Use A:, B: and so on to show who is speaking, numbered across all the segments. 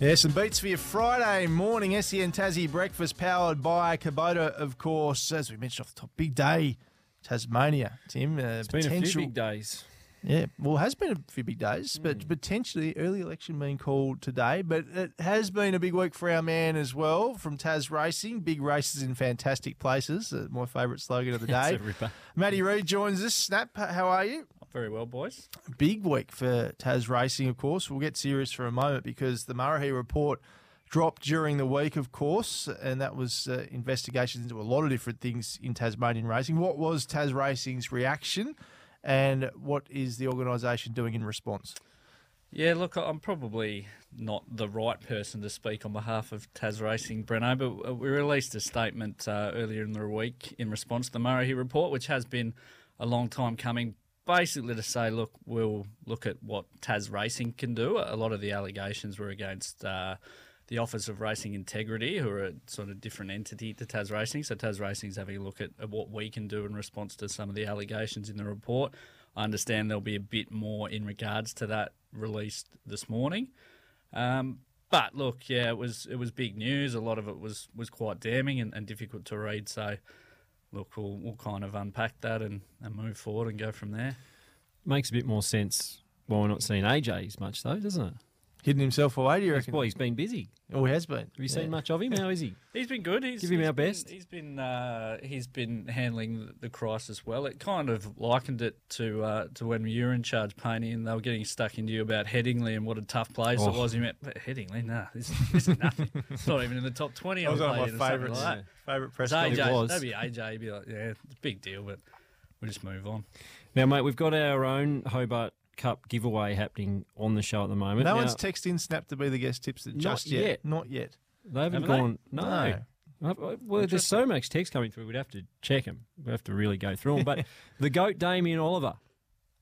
A: Yeah, some beats for your Friday morning SEN Tassie breakfast powered by Kubota, of course. As we mentioned off the top, big day, Tasmania. Tim, uh,
B: It's been a few big Hmm. days.
A: Yeah, well, it has been a few big days, but potentially early election being called today. But it has been a big week for our man as well from Taz Racing. Big races in fantastic places. Uh, my favourite slogan of the day.
B: It's a ripper.
A: Matty Reid joins us. Snap, how are you?
B: Very well, boys.
A: big week for Taz Racing, of course. We'll get serious for a moment because the Murray report dropped during the week, of course, and that was uh, investigations into a lot of different things in Tasmanian racing. What was Tas Racing's reaction? And what is the organisation doing in response?
B: Yeah, look, I'm probably not the right person to speak on behalf of Tas Racing, Breno, but uh, we released a statement uh, earlier in the week in response to the Murray report, which has been a long time coming, basically to say, look, we'll look at what Tas Racing can do. A lot of the allegations were against. Uh, the Office of Racing Integrity, who are a sort of different entity to Tas Racing. So Tas Racing's having a look at, at what we can do in response to some of the allegations in the report. I understand there'll be a bit more in regards to that released this morning. Um, but look, yeah, it was it was big news. A lot of it was was quite damning and, and difficult to read. So look, we'll, we'll kind of unpack that and, and move forward and go from there.
C: makes a bit more sense why we're not seeing AJ as much though, doesn't it?
A: Hidden himself away, do you reckon?
C: Boy, he's been busy.
A: Oh, he has been.
C: Have you seen much of him? How is he?
B: He's been good. He's,
C: Give him
B: he's
C: our
B: been-
C: best.
B: He's been uh, he's been handling the crisis well. It kind of likened it to uh, to when you were in charge, Paney, and they were getting stuck into you about Headingley and what a tough place it
C: Oh.
B: was. You went "But Headingley, nah, this, this is nothing. it's not even in the top twenty.
A: That was
B: I
A: one
B: played
A: of
B: in
A: my
B: or something
A: favourites.
B: Like that.
A: Favourite press
B: It's AJ.
C: was.
B: That'd be AJ. He'd be like, yeah, it's a big deal, but we just move on.
C: Now, mate, we've got our own Hobart Cup giveaway happening on the show at the moment.
A: No
C: Now,
A: one's texted in Snap to be the guest tipster
C: Not
A: just
C: yet.
A: Not yet.
C: they haven't
B: Haven't they?
C: gone. No. I've- I- Well, there's so much text coming through. We'd have to check them. We have to really go through them. But the goat Damien Oliver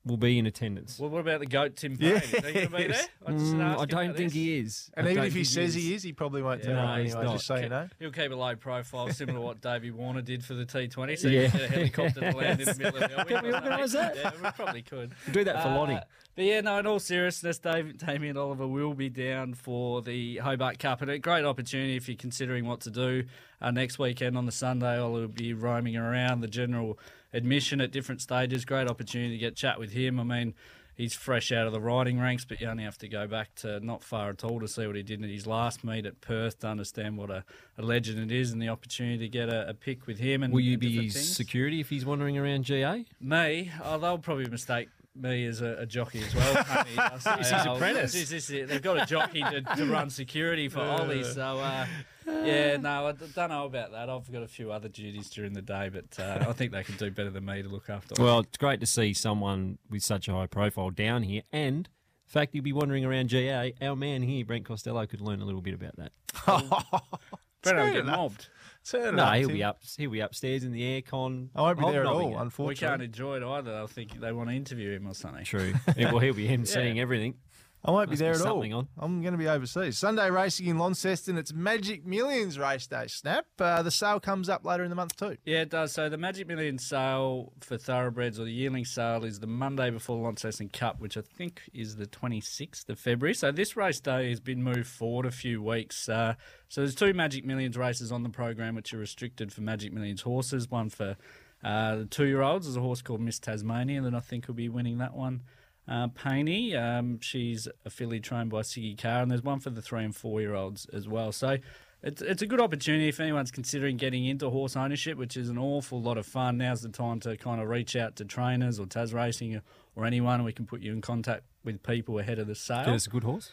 C: will be in attendance.
B: Well, what about the goat Tim Payne?
A: Yes.
B: Is he going to be there? I, just
C: Mm,
B: asked
C: I
B: him
C: don't
B: about
C: think
B: this.
C: he is.
A: And
C: I
A: even
C: don't
A: if he
C: think
A: says he is, he probably won't turn
C: No,
A: up
C: he's
A: anyway,
C: not.
A: just so you know.
B: He'll keep a low profile, similar to what Davey Warner did for the T20. So
C: Yeah.
B: you get a helicopter to land in the middle of the
C: Can we organise that?
B: Yeah, we probably could.
C: Do that for
B: Uh,
C: Lottie.
B: But yeah, no, in all seriousness, Dave, Damien Oliver will be down for the Hobart Cup. And a great opportunity if you're considering what to do uh, next weekend on the Sunday. I'll be roaming around the general admission at different stages. Great opportunity to get chat with him. I mean, he's fresh out of the riding ranks, but you only have to go back to not far at all to see what he did in his last meet at Perth to understand what a, a legend it is and the opportunity to get a, a pick with him. And
C: Will you
B: and
C: be
B: different
C: his
B: things.
C: security if he's wandering around GA?
B: Me, oh, they'll probably mistake me as a, a jockey as well. Tony. They'll say,
C: He's his
B: "Oh,
C: apprentice."
B: this is- this is- they've got a jockey to, to run security for Ollie. So, uh, yeah, no, I d- don't know about that. I've got a few other duties during the day, but uh, I think they can do better than me to look after. Ollie.
C: Well, it's great to see someone with such a high profile down here. And the fact he'll be wandering around GA, our man here, Brent Costello, could learn a little bit about that.
B: Brett,
A: fair
B: I'm getting
A: enough.
B: mobbed.
A: Turn
C: No,
A: up,
C: he'll
A: Tim.
C: be up. He'll be upstairs in the aircon.
A: I won't be there at
C: hobnobbing
A: all,
C: it.
B: We
A: unfortunately.
B: can't enjoy it either. I think they want to interview him or something.
C: True. Yeah, well, he'll be him seeing everything.
A: I won't be
C: Must be
A: there at all.
C: something on.
A: I'm going to be overseas. Sunday racing in Launceston. It's Magic Millions race day. Snap. Uh, the sale comes up later in the month too.
B: Yeah, it does. So the Magic Million sale for thoroughbreds or the yearling sale is the Monday before Launceston Cup, which I think is the 26th of February. So this race day has been moved forward a few weeks. Uh, so there's two Magic Millions races on the program which are restricted for Magic Millions horses. One for uh, the two-year-olds. There's a horse called Miss Tasmania that I think will be winning that one. Uh, Paney, um, she's a filly trained by Siggy Carr, and there's one for the three and four-year-olds as well. So it's, it's a good opportunity if anyone's considering getting into horse ownership, which is an awful lot of fun. Now's the time to kind of reach out to trainers or Tas Racing or anyone. We can put you in contact with people ahead of the sale.
C: Get us a good horse.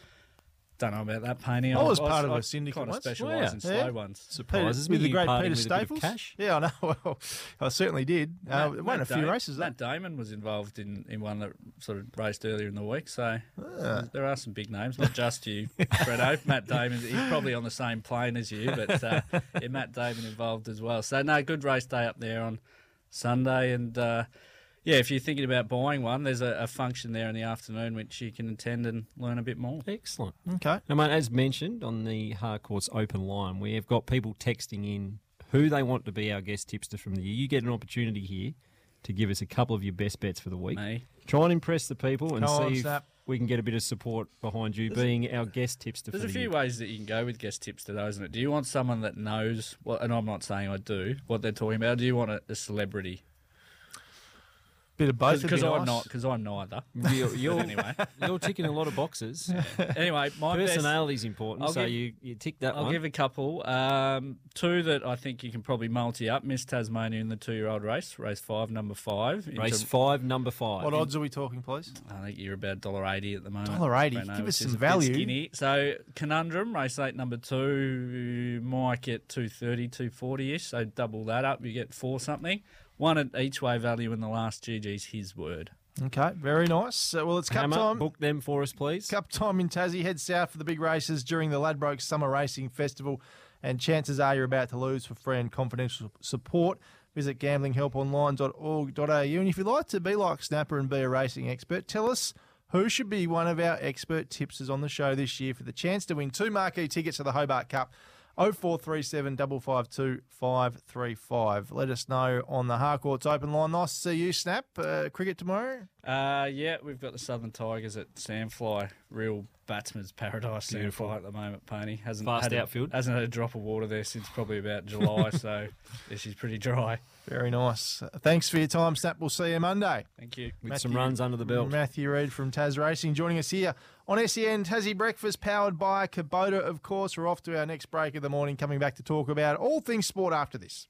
B: Don't know about that, Paney.
A: I was part of a syndicate
B: kind of
A: once.
B: specialise
C: Yeah.
B: in slow
A: Yeah.
B: ones.
C: Surprises
A: Peter-
C: me.
A: with the
C: you
A: great
C: parting
A: Peter
C: with a bit of
A: Staples.
C: cash.
A: Yeah, I know. Well, I certainly did. Uh,
B: Matt-
A: won a
B: Matt
A: few
B: Da-
A: races. though.
B: Matt Damon was involved in, in one that sort of raced earlier in the week, so
A: Ah.
B: there are some big names, not just you, Fredo. Matt Damon, he's probably on the same plane as you, but uh, yeah, Matt Damon involved as well. So no, good race day up there on Sunday, and uh, yeah, if you're thinking about buying one, there's a, a function there in the afternoon which you can attend and learn a bit more.
C: Excellent.
A: Okay.
C: Now, mate, as mentioned on the Harcourt's open line, we have got people texting in who they want to be our guest tipster from the year. You get an opportunity here to give us a couple of your best bets for the week.
B: Me,
C: Try and impress the people and
A: Go
C: see
A: on,
C: if
A: Snap.
C: we can get a bit of support behind you being our guest tipster.
B: There's
C: for
B: a
C: the
B: few
C: year.
B: ways that you can go with guest tips to those, isn't it? Do you want someone that knows what? And I'm not saying I do what they're talking about. Do you want a, a celebrity?
A: Bit of both. would
B: Because
A: be
B: I'm
A: nice.
B: not. Because I'm neither.
C: You're, you're,
B: Anyway,
C: you're ticking a lot of boxes.
B: anyway, my best.
C: Personality's important,
B: I'll
C: so
B: give-
C: you, you tick that
B: I'll
C: one.
B: give a couple. Um, two that I think you can probably multi up. Miss Tasmania in the two-year-old race, race five, number five. into-
C: Race five, number five.
A: What odds are we talking, please?
B: I think you're about dollar eighty at the moment.
A: $1.80,
B: Breno,
A: give us
B: which is
A: some
B: a bit
A: value.
B: Skinny. So conundrum race eight number two, Mike at 230, 240 ish. So double that up, you get four something. One at each way value in the last GG's his word.
A: Okay, very nice. Uh, well, it's cup
C: Hammer,
A: time.
C: book them for us, please.
A: Cup time in Tassie. Head south for the big races during the Ladbrokes Summer Racing Festival, and chances are you're about to lose for free and confidential support. Visit gamblinghelponline.org.au. And if you'd like to be like Snapper and be a racing expert, tell us who should be one of our expert tipsters on the show this year for the chance to win two marquee tickets to the Hobart Cup. 0437 552 535. Let us know on the Harcourt's open line. Nice to see you, Snap. Uh, cricket tomorrow?
B: Uh, yeah, we've got the Southern Tigers at Sandfly, real batsman's paradise. Sandfly at the moment, Pony hasn't
C: Fast
B: had a-
C: outfield.
B: hasn't had a drop of water there since probably about July. so yeah, she's pretty dry.
A: Very nice. Thanks for your time, Snap. We'll see you Monday.
B: Thank you.
C: With
A: Matthew-
C: some runs under the belt.
A: Matthew Reid from Tas Racing joining us here on SEN Tassie Breakfast, powered by Kubota, of course. We're off to our next break of the morning, coming back to talk about all things sport after this.